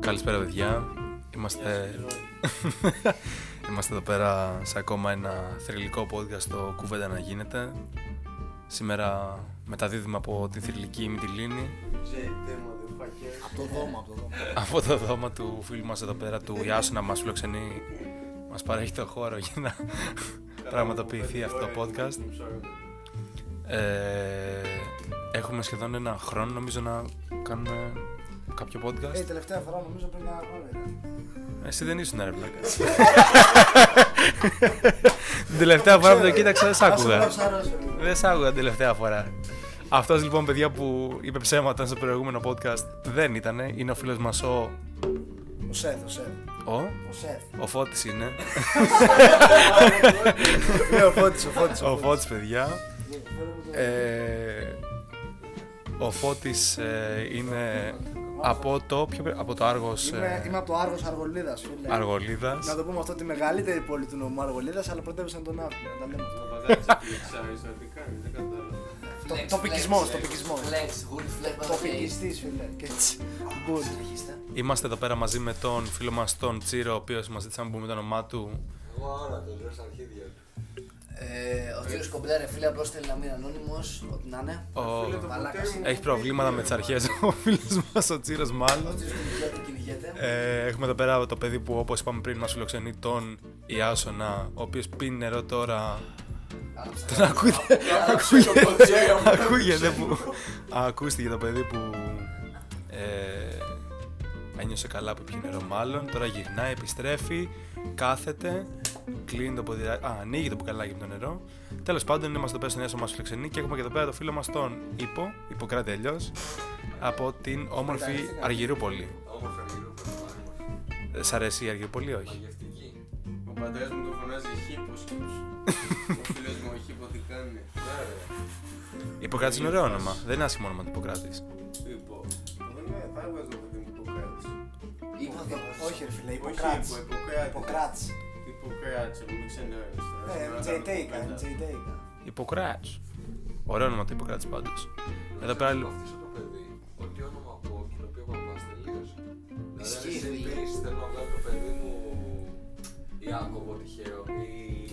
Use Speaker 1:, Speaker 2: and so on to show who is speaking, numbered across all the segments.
Speaker 1: Καλησπέρα παιδιά.
Speaker 2: Ε,
Speaker 1: Είμαστε... Είμαστε εδώ πέρα σε ακόμα ένα θρηλυκό podcast στο Κουβέντα να γίνεται. Σήμερα μεταδίδουμε από την θρηλυκή Μητυλίνη
Speaker 2: Από το δώμα, από το
Speaker 1: από το
Speaker 2: δώμα.
Speaker 1: δώμα του φίλου μας εδώ πέρα του Ιάσου να μας φιλοξενεί μας παρέχει το χώρο για να πραγματοποιηθεί αυτό το podcast. Ε, έχουμε σχεδόν ένα χρόνο νομίζω να κάνουμε κάποιο
Speaker 2: Ε,
Speaker 1: podcast.
Speaker 2: τελευταία φορά νομίζω πριν ένα χρόνο ήταν.
Speaker 1: Εσύ δεν ήσουν ρε πλάκα. Την τελευταία φορά που το κοίταξα δεν σ' άκουγα. Δεν σ' άκουγα την τελευταία φορά. Αυτός λοιπόν, παιδιά που είπε ψέματα στο προηγούμενο podcast, δεν ήταν. Είναι ο φίλος μας ο.
Speaker 2: Ο Σεφ, ο Σεφ.
Speaker 1: Ο,
Speaker 2: Ο Σεφ.
Speaker 1: ο Φώτης είναι.
Speaker 2: Ναι, ο Φώτης, ο Φώτης.
Speaker 1: ο Φώτης παιδιά.
Speaker 2: Ναι,
Speaker 1: Ε, ο Φώτης ε, είναι από το, ποιο πρέ- από το Άργος
Speaker 2: Είμαι,
Speaker 1: ε,
Speaker 2: είμαι από το Άργος Αργολίδας, φίλε.
Speaker 1: Αργολίδας.
Speaker 2: Να το πούμε αυτό, τη μεγαλύτερη πόλη του νομού Αργολίδας, αλλά πρωτεύουσα να τον Ναύπλιο, να τα λέμε αυτό. Το-
Speaker 3: Flex,
Speaker 2: Τοπικισμός,
Speaker 3: flex,
Speaker 2: τοπικισμός.
Speaker 3: Flex, good flex,
Speaker 2: Τοπικιστής, φίλε. Και έτσι. Γκολ.
Speaker 1: Είμαστε εδώ πέρα μαζί με τον φίλο μας τον Τσίρο, ο οποίος μας ζήτησε να πούμε το όνομά του.
Speaker 4: Εγώ άρα λέω στα αρχίδια του.
Speaker 3: Ε, Ο κύριος Κομπλέ, ρε φίλε, απλώς θέλει να μείνει ανώνυμος, ό,τι να είναι.
Speaker 1: Ο...
Speaker 3: Μαλάκας. Ο
Speaker 1: Έχει προβλήματα με τις αρχές ο φίλος μας, ο Τσίρος μάλλον.
Speaker 3: κύριος Κομπλέ του κυνηγέται.
Speaker 1: Ε, έχουμε εδώ πέρα το παιδί που όπως είπαμε πριν μας φιλοξενεί τον Ιάσονα, ο οποίος πίνει νερό τώρα. Τον ακούτε, ακούγεται, ακούγεται που, ακούστηκε το παιδί που ε, ένιωσε καλά που πίνει νερό μάλλον, τώρα γυρνάει, επιστρέφει, κάθεται, κλείνει το ποδηλάκι, α, ανοίγει το μπουκαλάκι με το νερό. Τέλος πάντων είμαστε εδώ πέρα στον Ιάσονα μας φιλοξενεί και έχουμε και εδώ πέρα το φίλο μας τον Υπο, Ιπποκράτη αλλιώς, από την όμορφη Αργυρούπολη.
Speaker 4: Όμορφα γύρω από το μάγμα.
Speaker 1: Ε, Σ' αρέσει η Αργυρούπολη, όχι.
Speaker 4: Μαγευτική. Ο πατέρας μου το φωνάζει χίπος Ο φίλος μου ο χίπο τι κάνει.
Speaker 1: Ιπποκράτης είναι ωραίο όνομα. Δεν είναι άσχημο όνομα του Ιπποκράτης.
Speaker 4: Υπό. Εγώ είμαι θα έβγαζα το παιδί μου υποκράτης.
Speaker 3: Είπα το πω.
Speaker 2: Όχι, ρε φίλε,
Speaker 4: Όχι
Speaker 2: Ναι, υποκράτης.
Speaker 4: υπο, υποκράτης.
Speaker 2: Υποκράτης.
Speaker 4: Υποκράτης, εγώ μην ξενέρεις τώρα.
Speaker 2: Ναι,
Speaker 4: Σήμερα κάνω
Speaker 2: Τζεϊτέικα,
Speaker 4: κουβέντα.
Speaker 2: Τζεϊτέικα.
Speaker 1: Ιπποκράτη. Ωραίο όνομα του Ιπποκράτη πάντω. Εδώ πέρα
Speaker 5: Θέλω
Speaker 1: λοιπόν.
Speaker 5: να αφήσω το παιδί. Ό,τι όνομα ακούω και το οποίο παπάς τελείωσε.
Speaker 3: Ισχύει,
Speaker 5: Δηλαδή, εσύ
Speaker 3: φίλε.
Speaker 5: πεις, θέλω να βγάλω το παιδί μου Ιάκωβο τυχαίο ή...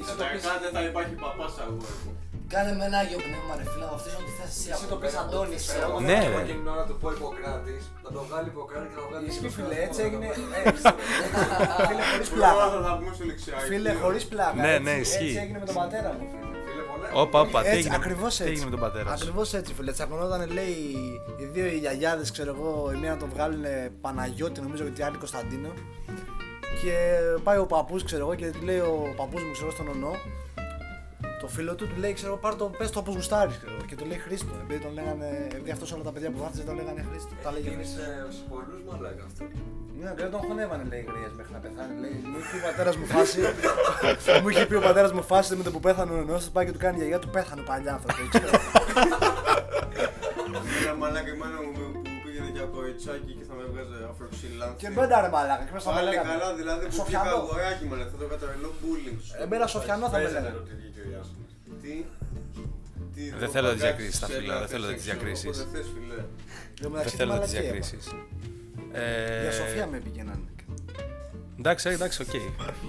Speaker 4: Καταρχάς δεν θα υπάρχει παπάς αγόρι μου.
Speaker 3: Κάνε με ένα άγιο πνεύμα, ρε φίλε, από αυτές ό,τι θες εσύ.
Speaker 5: Εσύ
Speaker 3: από πέρα, από ό,τι
Speaker 5: Αντώνης,
Speaker 3: ξέρω
Speaker 5: εγώ
Speaker 3: εγώ.
Speaker 1: Ναι,
Speaker 5: θα
Speaker 1: ρε.
Speaker 5: πω και την ώρα του πω Ιπποκράτης, θα τον βγάλει Ιπποκράτης και θα τον βγάλει
Speaker 2: Ισχύει,
Speaker 5: Ιπποκράτη.
Speaker 2: φίλε, έτσι έγινε.
Speaker 5: Ιπποκράτη.
Speaker 2: ε, Φίλε, χωρίς πλάκα.
Speaker 4: Τώρα θα τα πούμε στο λεξιάκι.
Speaker 2: Φίλε, χωρίς πλάκα.
Speaker 1: Ναι,
Speaker 2: έτσι.
Speaker 1: ναι, ισχύει.
Speaker 2: Έτσι έγινε με τον πατέρα μου. φίλε.
Speaker 5: Φίλε, πολλά.
Speaker 1: Όπα, όπα, τι
Speaker 2: Έτσι,
Speaker 1: έγινε,
Speaker 2: ακριβώς
Speaker 1: τι
Speaker 2: έτσι.
Speaker 1: έγινε με τον πατέρα σου.
Speaker 2: Ακριβώς έτσι, φίλε. Τσακωνόταν, λέει, οι δύο οι γιαγιάδες, ξέρω εγώ, η μία να τον βγάλουν Παναγιώτη, νομίζω, και την άλλη Κωνσταντίνο. Και πάει ο παππούς, ξέρω εγώ, και του λέει ο παππούς μου, ξέρω στον ονό, το φίλο του, του λέει, ξέρω, πάρ το, πες το όπως γουστάρεις, ξέρω εγώ. Και του λέει Χρήστο, επειδή τον λέγανε, επειδή αυτός όλα τα παιδιά που βάρτιζε τα λέγανε Χρήστο. Τα λέγε
Speaker 5: Είναι
Speaker 2: Χρήστο.
Speaker 5: σε σε πολλούς μαλάκα αυτό.
Speaker 2: Ναι, και τον χωνεύανε λέει γρήγορα μέχρι να πεθάνει. Λέει, μου είχε πει ο πατέρας μου φάση. μου είχε πει ο πατέρας μου φάση με το που πέθανε ο ενό, πάει και του κάνει η γιαγιά του πέθανε παλιά άνθρωπο. ξέρω.
Speaker 4: Ένα μαλάκα η μάνα μου που πήγαινε για κοριτσάκι και θα με βγάζε αφροξυλάνθη.
Speaker 2: και μπαίντα ρε μαλάκα, και μέσα θα με
Speaker 4: Πάλι
Speaker 2: λέγανε.
Speaker 4: καλά,
Speaker 3: ε,
Speaker 4: δηλαδή που
Speaker 2: Σοφιανό.
Speaker 4: πήγα αγοράκι μου, ρε, θα το καταβελώ bullying σου.
Speaker 2: Εμένα Σοφιανό θα με
Speaker 5: Παίζεται
Speaker 2: λέγανε.
Speaker 5: το τέτοιο και ο Ιάσονας.
Speaker 4: Τι. τι
Speaker 1: Δεν
Speaker 4: το
Speaker 1: θέλω τις
Speaker 4: παγκάτσι
Speaker 1: διακρίσεις στα
Speaker 4: σένα,
Speaker 1: φύλλα, δεν
Speaker 4: θες
Speaker 1: θέλω τις
Speaker 4: έξω,
Speaker 1: διακρίσεις.
Speaker 4: οπότε θες, φιλέ.
Speaker 2: Δεν
Speaker 1: Δεν θέλω τι διακρίσεις.
Speaker 2: Για Σοφία με πηγαίνανε.
Speaker 1: Ε, Εντάξει, εντάξει, οκ.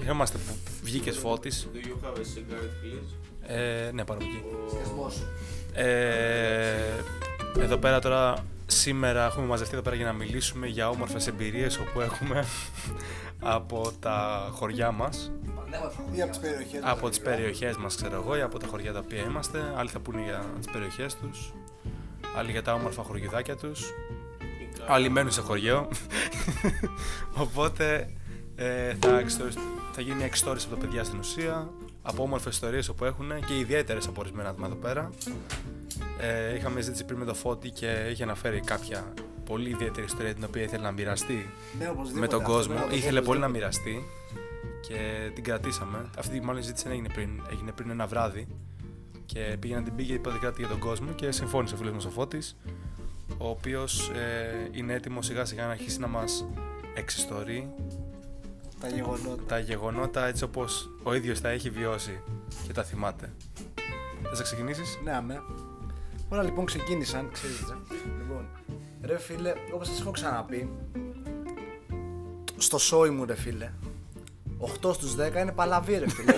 Speaker 1: Χαίρομαστε που βγήκες φώτης.
Speaker 4: Do you have a cigarette, please?
Speaker 1: Ναι, πάρω από εκεί.
Speaker 3: Σχεσμός.
Speaker 1: Ε, εδώ πέρα τώρα σήμερα έχουμε μαζευτεί εδώ πέρα για να μιλήσουμε για όμορφες εμπειρίες όπου έχουμε από τα χωριά μας
Speaker 3: Πανέμορφα.
Speaker 2: Ή από τις περιοχές.
Speaker 1: Ναι, από τις περιοχές μας ξέρω εγώ ή από τα χωριά τα οποία είμαστε άλλοι θα πούνε για τις περιοχές τους άλλοι για τα όμορφα χωριουδάκια τους άλλοι μένουν σε χωριό οπότε ε, θα, εξιστορι- θα γίνει μια εξιστόρηση από τα παιδιά στην ουσία από όμορφες ιστορίες που έχουν και ιδιαίτερες από ορισμένα άτομα εδώ πέρα ε, είχαμε ζήτηση πριν με το Φώτη και είχε αναφέρει κάποια πολύ ιδιαίτερη ιστορία την οποία ήθελε να μοιραστεί
Speaker 2: Ναι, οπωσδήποτε, ναι.
Speaker 1: με τον
Speaker 2: αυτό
Speaker 1: κόσμο.
Speaker 2: πρέπει να το
Speaker 1: Ήθελε
Speaker 2: πω,
Speaker 1: πολύ να μοιραστεί και την κρατήσαμε. Αυτή μάλλον η ζήτηση δεν έγινε πριν, έγινε πριν ένα βράδυ. Και πήγε να την πήγε, είπα την κράτη για τον κόσμο και συμφώνησε ο φίλος μας ο Φώτης, ο οποίος ε, είναι έτοιμος σιγά σιγά να αρχίσει να μας εξιστορεί
Speaker 2: Τα γεγονότα.
Speaker 1: τα γεγονότα έτσι όπως ο ίδιος τα έχει βιώσει και τα θυμάται. Θες να ξεκινήσεις.
Speaker 2: Ναι, αμέ. Όλα λοιπόν ε. ξεκίνησαν, ξέρετε. Λοιπόν, ρε φίλε, όπως σας έχω ξαναπεί, στο σόι μου, ρε φίλε. 8 στους 10 είναι παλαβή, ρε φίλε.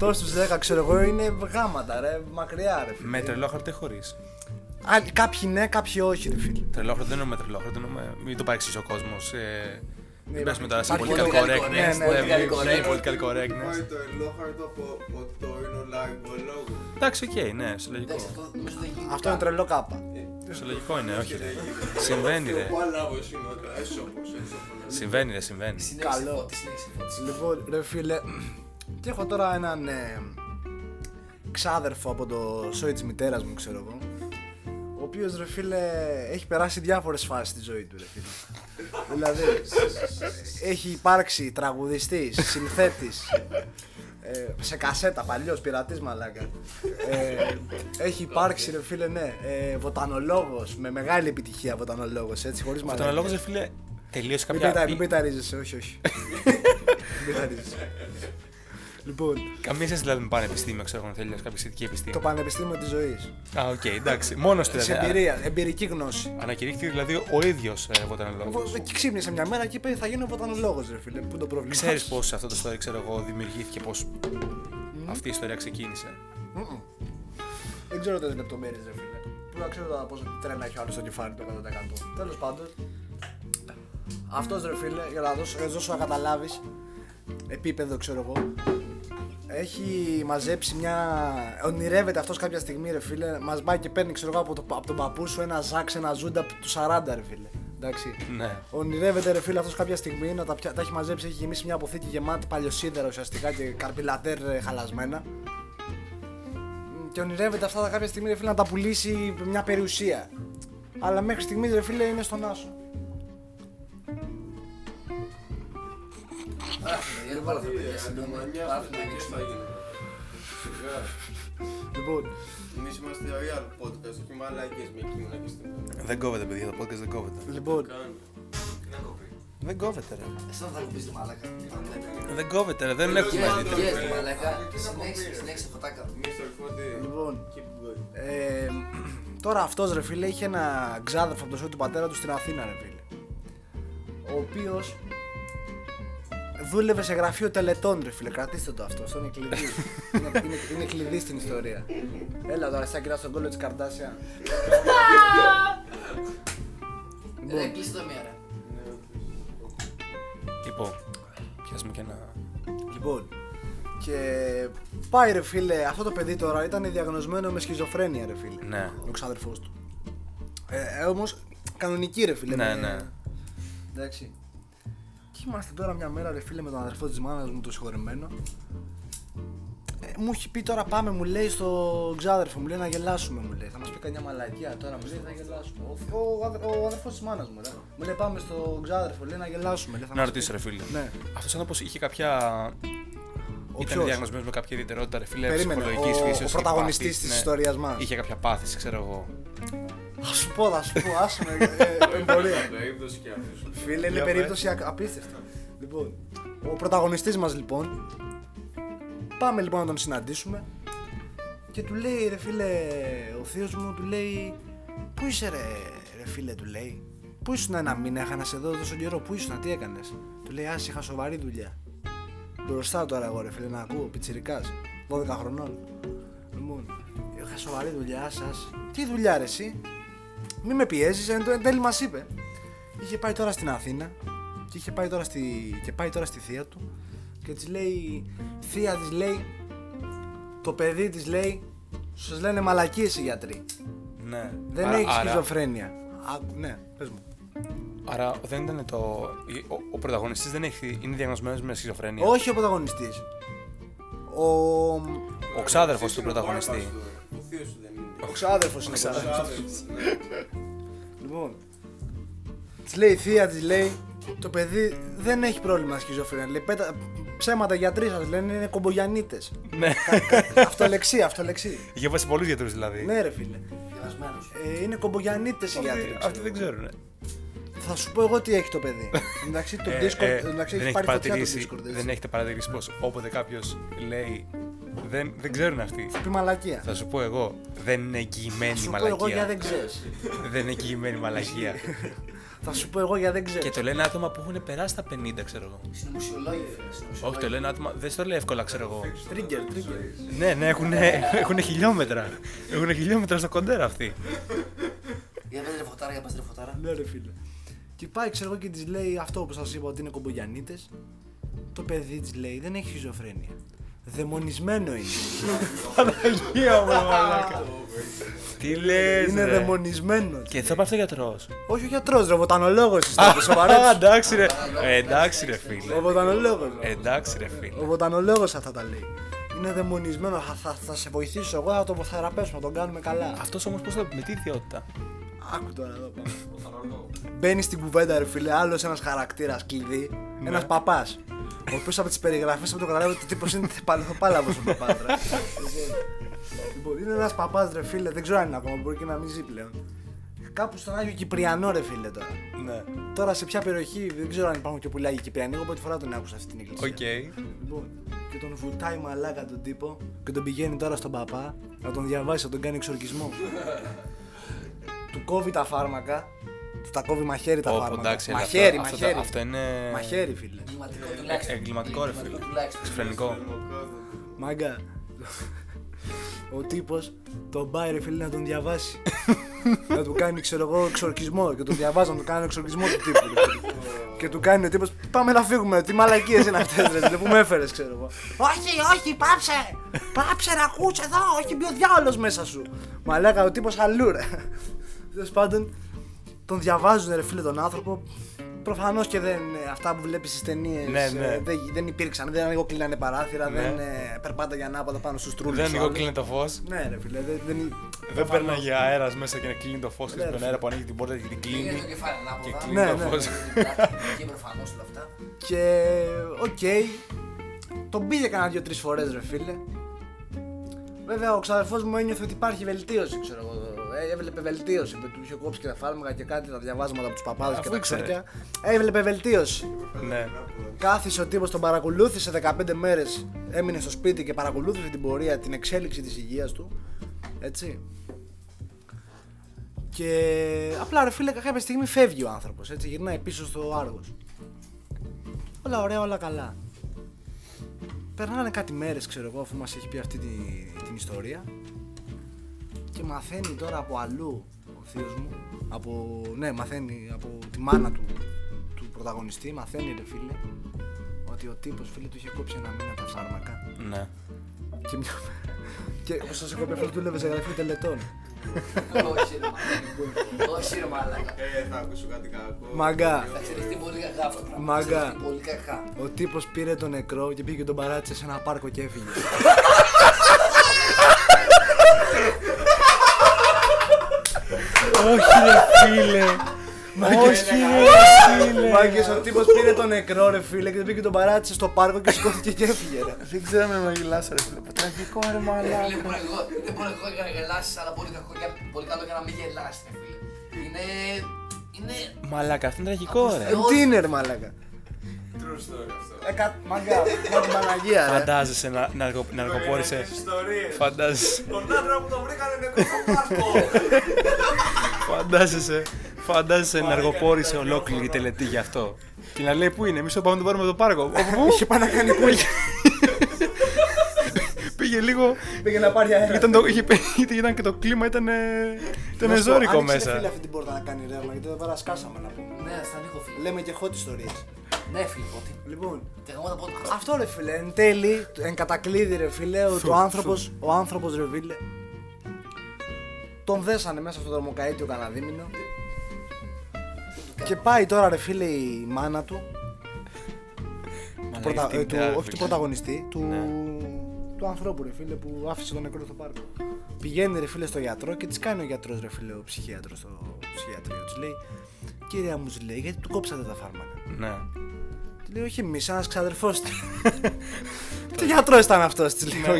Speaker 2: 8 στους 10, ξέρω εγώ, είναι γάματα, ρε. Μακριά, ρε φίλε.
Speaker 1: Με τρελόχαρτο ή χωρί.
Speaker 2: Άλλοι- κάποιοι ναι, κάποιοι όχι, ρε φίλε.
Speaker 1: Τρελόχαρτο δεν εννοούμε τρελόχαρτο. εννοούμε- Μην το παρεξηγήσει ο κόσμος. Ε, μην πέσουμε τώρα σε
Speaker 2: Ναι, υπάρχει
Speaker 1: political
Speaker 3: political
Speaker 1: correctness.
Speaker 3: correctness,
Speaker 1: ναι,
Speaker 3: political
Speaker 1: μην-
Speaker 3: correctness.
Speaker 1: μην political
Speaker 4: Πάει
Speaker 1: correctness.
Speaker 4: το ελόχαρτο από, από το είναι λαγολόγο.
Speaker 1: Εντάξει, οκ, ναι, σε λογικό.
Speaker 3: Εντάξει, αυτό νομίζω δεν γίνεται.
Speaker 2: Αυτό είναι τρελό κάπα.
Speaker 1: Σε λογικό είναι, όχι. ρε. Συμβαίνει, ρε.
Speaker 4: Ο Παλάβος είναι ο έσωπος, έσωπος.
Speaker 1: Συμβαίνει, ρε, συμβαίνει.
Speaker 3: Συνέχισε,
Speaker 2: Καλό.
Speaker 3: Φώτη, συνέχισε, Φώτη.
Speaker 2: Λοιπόν, ρε φίλε, και έχω τώρα έναν ε, ξάδερφο από το σόι της μητέρας μου, ξέρω εγώ, ο οποίος ρε φίλε έχει περάσει διάφορες φάσεις στη ζωή του, ρε φίλε. δηλαδή, έχει υπάρξει τραγουδιστής, συνθέτης, ε, σε κασέτα παλιός, πειρατής μαλάκα. Ε, έχει υπάρξει ρε φίλε, ναι, ε, βοτανολόγος, με μεγάλη επιτυχία βοτανολόγος, έτσι, χωρίς
Speaker 1: Αυτό
Speaker 2: μαλάκα.
Speaker 1: ο λόγο, ρε φίλε, τελείωσε
Speaker 2: ναι, Μην
Speaker 1: κάποια.
Speaker 2: πειτα- Μην πειταρίζεσαι, όχι, όχι. Μην πειταρίζεσαι. Λοιπόν,
Speaker 1: Καμία σχέση δηλαδή με πανεπιστήμιο, ξέρω εγώ, να τελειώσει κάποια σχετική
Speaker 2: το
Speaker 1: επιστήμη.
Speaker 2: πανεπιστήμιο της ζωής.
Speaker 1: Α, οκ, εντάξει. Μόνος του
Speaker 2: Της
Speaker 1: δηλαδή.
Speaker 2: εμπειρία, εμπειρική γνώση.
Speaker 1: Ανακηρύχθηκε δηλαδή ο ίδιος βοτανολόγο.
Speaker 2: Και ξύπνησε μια μέρα και είπε θα γίνω βοτανολόγος, ρε φίλε. Πού είναι το πρόβλημα.
Speaker 1: Ξέρεις πώς αυτό το story, ξέρω εγώ, δημιουργήθηκε, πώς αυτή η ιστορία ξεκίνησε.
Speaker 2: Μμμ. Δεν ξέρω τις λεπτομέρειες, ρε φίλε. Πού να ξέρω τώρα πόσο τρένα έχει ο άλλος στο κεφάλι το 100%. Τέλος πάντων, αυτός ρε φίλε, για να δώσω, να δώσω να καταλάβεις επίπεδο, ξέρω εγώ. Έχει μαζέψει μια. Ονειρεύεται αυτός κάποια στιγμή, ρε φίλε. Μας πάει και παίρνει, ξέρω εγώ, από, το, από τον παππού σου ένα ζάξ, ένα ζούντα του 40, ρε φίλε. Εντάξει.
Speaker 1: Ναι.
Speaker 2: Ονειρεύεται ρε φίλε αυτός κάποια στιγμή να τα, πια- τα έχει μαζέψει, έχει γεμίσει μια αποθήκη γεμάτη παλιοσίδερα ουσιαστικά και καρπιλατέρ ε, χαλασμένα. Μ, Και ονειρεύεται αυτά τα κάποια στιγμή ρε φίλε να τα πουλήσει μια περιουσία. Αλλά μέχρι στιγμής ρε φίλε είναι στον άσο.
Speaker 3: Παράφουμε, δεν βάλω αυτά τα
Speaker 4: Ε,
Speaker 3: παιδιά, συγγνώμη.
Speaker 4: Αντιμονιά
Speaker 3: Παράφουμε,
Speaker 4: αυτή, τι
Speaker 3: ανοίξουμε.
Speaker 4: θα γίνει. Σιγά.
Speaker 2: Λοιπόν,
Speaker 4: Εμείς είμαστε real podcast, όχι μαλακές με κείμενα και στην
Speaker 1: Δεν κόβεται, παιδιά, το podcast δεν κόβεται.
Speaker 2: λοιπόν,
Speaker 1: Δεν κόβεται, ρε.
Speaker 3: Σαν θα κουμπίζει μαλάκα.
Speaker 1: Δεν κόβεται, ρε. Δεν
Speaker 4: Τέλος
Speaker 1: έχουμε.
Speaker 4: πάντων.
Speaker 1: τέτοιο.
Speaker 3: Yes, μαλάκα.
Speaker 4: Τι να
Speaker 3: Συνέχισε,
Speaker 4: κουμπίσει.
Speaker 3: συνέχισε, φωτάκα.
Speaker 4: Mr. Φώτη,
Speaker 2: λοιπόν.
Speaker 4: keep going.
Speaker 2: Ε, τώρα αυτός ρε φίλε είχε ένα ξάδερφο από το σώμα του πατέρα του στην Αθήνα ρε φίλε ο οποίος δούλευε σε γραφείο τελετών ρε φίλε κρατήστε το αυτό, αυτό είναι κλειδί είναι, είναι, είναι κλειδί στην ιστορία έλα τώρα σαν κοιτάς τον κόλλο της Καρντάσια
Speaker 3: Ρε, κλείσε το μία, ρε.
Speaker 1: Λοιπόν, πιάσουμε και ένα.
Speaker 2: Λοιπόν, και πάει ρε φίλε, αυτό το παιδί τώρα ήταν διαγνωσμένο με σχιζοφρένεια ρε φίλε.
Speaker 1: Ναι.
Speaker 2: Ο ξάδερφός του. Ε, ε, όμως κανονική ρε φίλε.
Speaker 1: Ναι,
Speaker 2: με-
Speaker 1: ναι.
Speaker 2: Εντάξει. Και είμαστε τώρα μια μέρα ρε φίλε με τον αδερφό της μάνας μου, το συγχωρεμένο. Ε, μου έχει πει τώρα πάμε, μου λέει στο ξάδερφο, μου λέει να γελάσουμε, μου λέει. Θα μας πει κανένα μαλακία τώρα, μου λέει να γελάσουμε. Ο, ο, αδε- ο αδερφός της μάνας μου, ρε. Μου λέει πάμε στο ξάδερφο, λέει να γελάσουμε. Λέει, θα
Speaker 1: Να
Speaker 2: μας
Speaker 1: ρωτήσω,
Speaker 2: πει.
Speaker 1: ρε φίλε.
Speaker 2: Ναι.
Speaker 1: Αυτός άνθρωπος είχε κάποια.
Speaker 2: Ο
Speaker 1: Ήταν
Speaker 2: ποιος?
Speaker 1: διαγνωσμένος με κάποια ιδιαιτερότητα, ρε φίλε,
Speaker 2: Περίμενε,
Speaker 1: ψυχολογικής
Speaker 2: ο-
Speaker 1: φύση.
Speaker 2: ο πρωταγωνιστής της ιστορίας μας.
Speaker 1: Ναι. Είχε κάποια πάθηση, ξέρω εγώ.
Speaker 2: Θα σου πω, θα σου πω, άσε με. ε, Εμπορία.
Speaker 4: Περίπτωση κι αυτούς.
Speaker 2: Φίλε, είναι
Speaker 1: Για
Speaker 2: περίπτωση ακ- απίστευτη. Λοιπόν, ο πρωταγωνιστής μας λοιπόν, πάμε λοιπόν να τον συναντήσουμε και του λέει ρε φίλε, ο θείος μου του λέει, πού είσαι ρε, ρε φίλε του λέει, πού ήσουν ένα μήνα, είχα να σε δω τόσο καιρό, πού ήσουν, τι έκανες. Του λέει, ας είχα σοβαρή δουλειά. Μπροστά τώρα εγώ ρε φίλε να ακούω, πιτσιρικάς, 12 χρονών. Λοιπόν, είχα σοβαρή δουλειά σας. Τι δουλειά ρε εσύ, μη με πιέζεις, εν, εν τέλει μας είπε. Είχε πάει τώρα στην Αθήνα και, είχε πάει τώρα στη, και πάει τώρα στη θεία του και της λέει, θεία της λέει, το παιδί της λέει, σας λένε μαλακίες οι γιατροί.
Speaker 1: Ναι.
Speaker 2: Δεν
Speaker 1: Άρα-
Speaker 2: έχει
Speaker 1: άρα-
Speaker 2: σχιζοφρένεια. Άκου, ναι, πες μου.
Speaker 1: Άρα δεν ήταν το. Ο, ο πρωταγωνιστής δεν έχει, είναι διαγνωσμένος με σχιζοφρένεια.
Speaker 2: Όχι ο πρωταγωνιστής. Ο,
Speaker 1: Ο ξάδερφος του
Speaker 4: Είναι ο πάπας
Speaker 1: πρωταγωνιστή.
Speaker 4: του, Ο θείος σου δεν είναι.
Speaker 2: ο ξάδερφος είναι.
Speaker 4: Ο ξάδερφος, ναι.
Speaker 2: Λοιπόν, της λέει η θεία της, λέει το παιδί δεν έχει πρόβλημα σχιζοφρένεια. Λέει πέτα, ψέματα γιατροί σα λένε είναι κομπογιανίτες.
Speaker 1: Ναι.
Speaker 2: αυτολεξία, αυτολεξία.
Speaker 1: Διαβάσει πολλούς γιατρούς δηλαδή.
Speaker 2: ναι, ρε φίλε.
Speaker 3: Διαβασμένος.
Speaker 2: Ε, είναι κομπογιανίτες οι
Speaker 1: Αυτοί-
Speaker 2: γιατροί.
Speaker 1: Αυτοί
Speaker 2: ξέρω.
Speaker 1: δεν ξέρουν. ε.
Speaker 2: Θα σου πω εγώ τι έχει το παιδί. Εντάξει, το
Speaker 1: Ε,
Speaker 2: Discord.
Speaker 1: ε,
Speaker 2: εντάξει,
Speaker 1: δεν
Speaker 2: έχει
Speaker 1: έχετε
Speaker 2: πάρει φωτιά το
Speaker 1: παρατηρήσει,
Speaker 2: Discord.
Speaker 1: δεν έχετε παρατηρήσει πως όποτε κάποιος λέει δεν, δεν ξέρουν αυτοί.
Speaker 2: Πει μαλακία.
Speaker 1: Θα σου πω εγώ, δεν είναι εγγυημένη η
Speaker 2: σου πω εγώ
Speaker 1: μαλακία.
Speaker 2: για δεν ξέρεις.
Speaker 1: Δεν είναι εγγυημένη η μαλακία.
Speaker 2: Θα σου πω εγώ για δεν ξέρω.
Speaker 1: Και το λένε άτομα που έχουν περάσει τα 50, ξέρω εγώ.
Speaker 3: Συνωμοσιολόγοι, φίλε. συνωμοσιολόγοι.
Speaker 1: Όχι, το λένε άτομα. Δεν στο λέω εύκολα, ξέρω εγώ.
Speaker 2: Trigger, trigger.
Speaker 1: Ναι, ναι, έχουν, έχουν χιλιόμετρα. Έχουν χιλιόμετρα στο κοντέρα αυτοί.
Speaker 3: Για πες ρε φωτάρα, για πες ρε φωτάρα.
Speaker 2: Ναι, ρε φίλε. Και πάει, ξέρω εγώ, και της λέει αυτό που σας είπα ότι είναι κομπογιανίτες. Το παιδί της λέει δεν έχει σχιζοφρένεια. Δαιμονισμένο είναι.
Speaker 1: Παναγία μου, μαλάκα. Τι λες,
Speaker 2: είναι
Speaker 1: ρε.
Speaker 2: δαιμονισμένος.
Speaker 1: Και θα πάει αυτό ο γιατρός.
Speaker 2: Όχι ο γιατρός, ρε, βοτανολόγο. Σοβαρά.
Speaker 1: εντάξει, ρε. Ε, Εντάξει, ρε φίλε.
Speaker 2: Ο βοτανολόγος.
Speaker 1: Ε, Εντάξει, ρε φίλε.
Speaker 2: Ο βοτανολόγος αυτά τα λέει. Είναι δαιμονισμένο. Θα, θα, θα σε βοηθήσω εγώ, θα το θεραπεύσουμε, θα τον κάνουμε καλά.
Speaker 1: Αυτός όμως πώς θα. με τι ιδιότητα.
Speaker 2: Άκου τώρα εδώ πάμε. Μπαίνει στην κουβέντα, ρε φίλε, άλλος ένας χαρακτήρας κλειδί. Ναι. Ένας παπάς. Ο οποίος από τις περιγραφές από το καταλάβει ότι ο τύπος είναι παλαιοπάλαβο ο παπά. λοιπόν, είναι ένας παπάς, ρε φίλε, δεν ξέρω αν είναι ακόμα, μπορεί και να μην ζει πλέον. Κάπου στον Άγιο Κυπριανό, ρε φίλε τώρα.
Speaker 1: Ναι.
Speaker 2: Τώρα σε ποια περιοχή, δεν ξέρω αν υπάρχουν και πολλοί Άγιοι Κυπριανοί. Εγώ πρώτη φορά τον άκουσα αυτή την εκκλησία.
Speaker 1: Οκ.
Speaker 2: Λοιπόν, και τον βουτάει μαλάκα τον τύπο και τον πηγαίνει τώρα στον παπά να τον διαβάσει, να τον κάνει εξορκισμό. του κόβει τα φάρμακα, του τα κόβει μαχαίρι τα
Speaker 1: Όπο,
Speaker 2: φάρμακα.
Speaker 1: εντάξει, ρε, αυτό-
Speaker 2: μαχαίρι,
Speaker 1: αυτό-
Speaker 2: μαχαίρι.
Speaker 1: Αυτό είναι.
Speaker 2: Μαχαίρι, φίλε.
Speaker 3: Εγκληματικό τουλάχιστον.
Speaker 1: Εγκληματικό, ρε φίλε.
Speaker 3: τουλάχιστον.
Speaker 1: Σχιζοφρενικό.
Speaker 2: Μάγκα. Ο τύπος τον πάει ρε φίλε να τον διαβάσει. να του κάνει ξέρω εγώ εξορκισμό. Και τον διαβάζει να του κάνει εξορκισμό του τύπου. ρε φίλε. και του κάνει ο τύπος. Πάμε να φύγουμε. Τι μαλακίες είναι αυτές ρε φίλε, που με έφερες ξέρω εγώ. όχι, όχι, πάψε. Πάψε να ακούς εδώ. Όχι, μπει ο διάολος μέσα σου. Μαλάκα ο τύπος αλλού ρε. Τέλος πάντων τον διαβάζουν ρε φίλε τον άνθρωπο. Προφανώς και δεν, ε, αυτά που βλέπεις στις ταινίες
Speaker 1: Ναι, ναι.
Speaker 2: ε, δεν, δεν υπήρξαν. Δεν ανοίγω κλείνανε παράθυρα,
Speaker 1: Ναι.
Speaker 2: δεν ε, περπάτα για ανάποδα πάνω στους τρούλους.
Speaker 1: Δεν ανοίγω, κλείνει το φως.
Speaker 2: Ναι, ρε φίλε, δεν. δεν...
Speaker 1: Δεν παίρναγε αέρας μέσα και να κλείνει το φως. Και
Speaker 2: Ναι, ρε
Speaker 1: τον αέρα που ανοίγει την πόρτα και την
Speaker 3: Είναι
Speaker 1: κλείνει.
Speaker 3: το κεφάλι ε. ανάποδα.
Speaker 1: Και
Speaker 2: κλείνει Ναι, το ναι.
Speaker 1: φως.
Speaker 3: Και προφανώς όλα αυτά.
Speaker 2: Και. Οκ. τον πήγε κανένα δύο-τρει φορές, ρε φίλε. Βέβαια, ο ξαδερφός μου ένιωθε ότι υπάρχει βελτίωση, ξέρω εγώ. Ε, Έβλεπε βελτίωση. Του είχε κόψει και τα φάρμακα και κάτι, τα διαβάσματα από τους παπάδες και
Speaker 1: Αφού
Speaker 2: τα
Speaker 1: ήξερε.
Speaker 2: ξόρκια. Έβλεπε βελτίωση.
Speaker 1: Ναι.
Speaker 2: Κάθισε ο τύπος, τον παρακολούθησε 15 μέρες, έμεινε στο σπίτι και παρακολούθησε την πορεία, την εξέλιξη της υγείας του. Έτσι. Και απλά ρε φίλε κάποια στιγμή φεύγει ο άνθρωπος, έτσι, γυρνάει πίσω στο Άργος. Όλα ωραία, όλα καλά. Περνάνε κάτι μέρες, ξέρω εγώ, αφού μας έχει πει αυτή τη, την ιστορία. Και μαθαίνει τώρα από αλλού ο θείος μου, από, ναι, μαθαίνει από τη μάνα του, του πρωταγωνιστή, μαθαίνει ρε φίλε, ότι ο τύπος φίλε του είχε κόψει ένα μήνα τα φάρμακα
Speaker 1: Ναι.
Speaker 2: και μια μέρα. Και όπως σας έχω πει, αυτό δούλευε σε γραφείο τελετών.
Speaker 3: Όχι, ρε μαλάκα. Όχι, ρε μαλάκα.
Speaker 4: Ε, θα ακούσω κάτι κακό.
Speaker 2: Μαγκά.
Speaker 3: Θα ξεριχτεί πολύ κακά αυτό το πράγμα.
Speaker 2: Μάγκα.
Speaker 3: Θα ξεριχτεί πολύ κακά.
Speaker 2: Ο τύπος πήρε τον νεκρό και πήγε και τον παράτησε σε ένα πάρκο και έφυγε.
Speaker 1: Όχι, ρε φίλε. Όχι, ρε φίλε.
Speaker 2: Μάγκες, ο τύπος πήρε τον νεκρό ρε φίλε και πήγε και τον παράτησε στο πάρκο και σηκώθηκε και έφυγε ρε. Ε,
Speaker 1: Δεν ξέρω με γελάς ρε φίλε. Τραγικό ρε
Speaker 3: Ρε
Speaker 1: μαλάκα.
Speaker 3: Ε, φίλε, μπορώ εγώ- Δεν μπορώ εγώ για να γελάσεις, αλλά πολύ κακό για- πολύ καλό για να μην γελάσει, ρε φίλε. Είναι. Είναι.
Speaker 1: Μαλάκα, αυτό είναι τραγικό ρε.
Speaker 2: Ε, Τι είναι ρε μαλάκα.
Speaker 4: True story αυτό.
Speaker 2: Ε, κα- Μάγκα, μα την Παναγία ρε.
Speaker 1: Φαντάζεσαι να, να, αργο- να αργοπόρησε.
Speaker 4: Ιστορίες.
Speaker 1: Φαντάζεσαι.
Speaker 4: Τον άντρα που τον βρήκανε νεκρό στο πάρκο.
Speaker 1: Φαντάζεσαι. Φαντάζεσαι να αργοπόρησε ολόκληρη η τελετή γι' αυτό. Και να λέει πού είναι, εμείς το πάμε να τον πάρουμε από το πάρκο. Όπου πού?
Speaker 2: Είχε πάει να κάνει κούλια.
Speaker 1: Πήγε λίγο.
Speaker 2: Πήγε να πάρει αέρα.
Speaker 1: Ήταν, το, είχε, ήταν και το κλίμα, ήταν, ε, ήταν
Speaker 2: Να σου πω,
Speaker 1: ζώρικο
Speaker 2: άνοιξε, ρε,
Speaker 1: μέσα.
Speaker 2: φίλε αυτή την πόρτα να κάνει ρεύμα γιατί εδώ πέρα σκάσαμε να πούμε.
Speaker 3: Ναι, στα λίγο φίλε.
Speaker 2: Λέμε και hot ιστορίες.
Speaker 3: Ναι, φίλε, ότι.
Speaker 2: Λοιπόν,
Speaker 3: Τα γαμάτα πόδια.
Speaker 2: Αυτό ρε φίλε, εν τέλει, εν κατακλείδη ρε φίλε, ο, το άνθρωπος, ο άνθρωπος ρε φίλε, τον δέσανε μέσα στο δρομοκαίτιο κανένα δίμηνο και πάει τώρα ρε φίλε η μάνα του, του
Speaker 1: Μαλάκα,
Speaker 2: πρωτα-
Speaker 1: τι
Speaker 2: ε,
Speaker 1: είναι,
Speaker 2: του-
Speaker 1: ρε,
Speaker 2: όχι
Speaker 1: φίλε.
Speaker 2: του πρωταγωνιστή, του, του ανθρώπου ρε φίλε που άφησε τον νεκρό στο πάρκο. Πηγαίνει ρε φίλε στο γιατρό και της κάνει ο γιατρός ρε φίλε, ο ψυχίατρος στο ψυχιατρίο, της λέει «Κυρία μου» της λέει, γιατί του κόψατε τα φάρμακα.
Speaker 1: Ναι.
Speaker 2: Της λέει, όχι εμείς, ένας ξαδερφός του. Τι γιατρός ήταν αυτός, της λέω.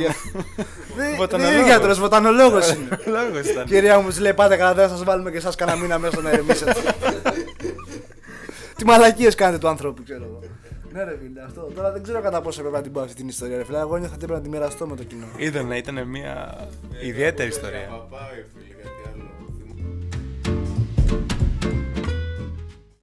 Speaker 2: Δεν είναι
Speaker 1: Βοτανολόγος.
Speaker 2: γιατρός, βοτανολόγος είναι.
Speaker 1: Λόγο ήταν.
Speaker 2: Κυρία μου, της λέει, πάτε καλά, δεν θα σας βάλουμε και εσάς κανένα μήνα μέσα να ηρεμήσετε. Τι μαλακίες κάνετε του ανθρώπου, ξέρω εγώ. Ναι ρε φίλε, αυτό. Τώρα δεν ξέρω κατά πόσο έπρεπε να την πω αυτή την ιστορία, ρε φίλε. Εγώ νιώθω ότι έπρεπε να τη μοιραστώ με το κοινό.
Speaker 1: Ήταν, ήταν μια ιδιαίτερη
Speaker 4: Ούτε
Speaker 1: ιστορία.
Speaker 4: καπαπάει, φίλε, κάτι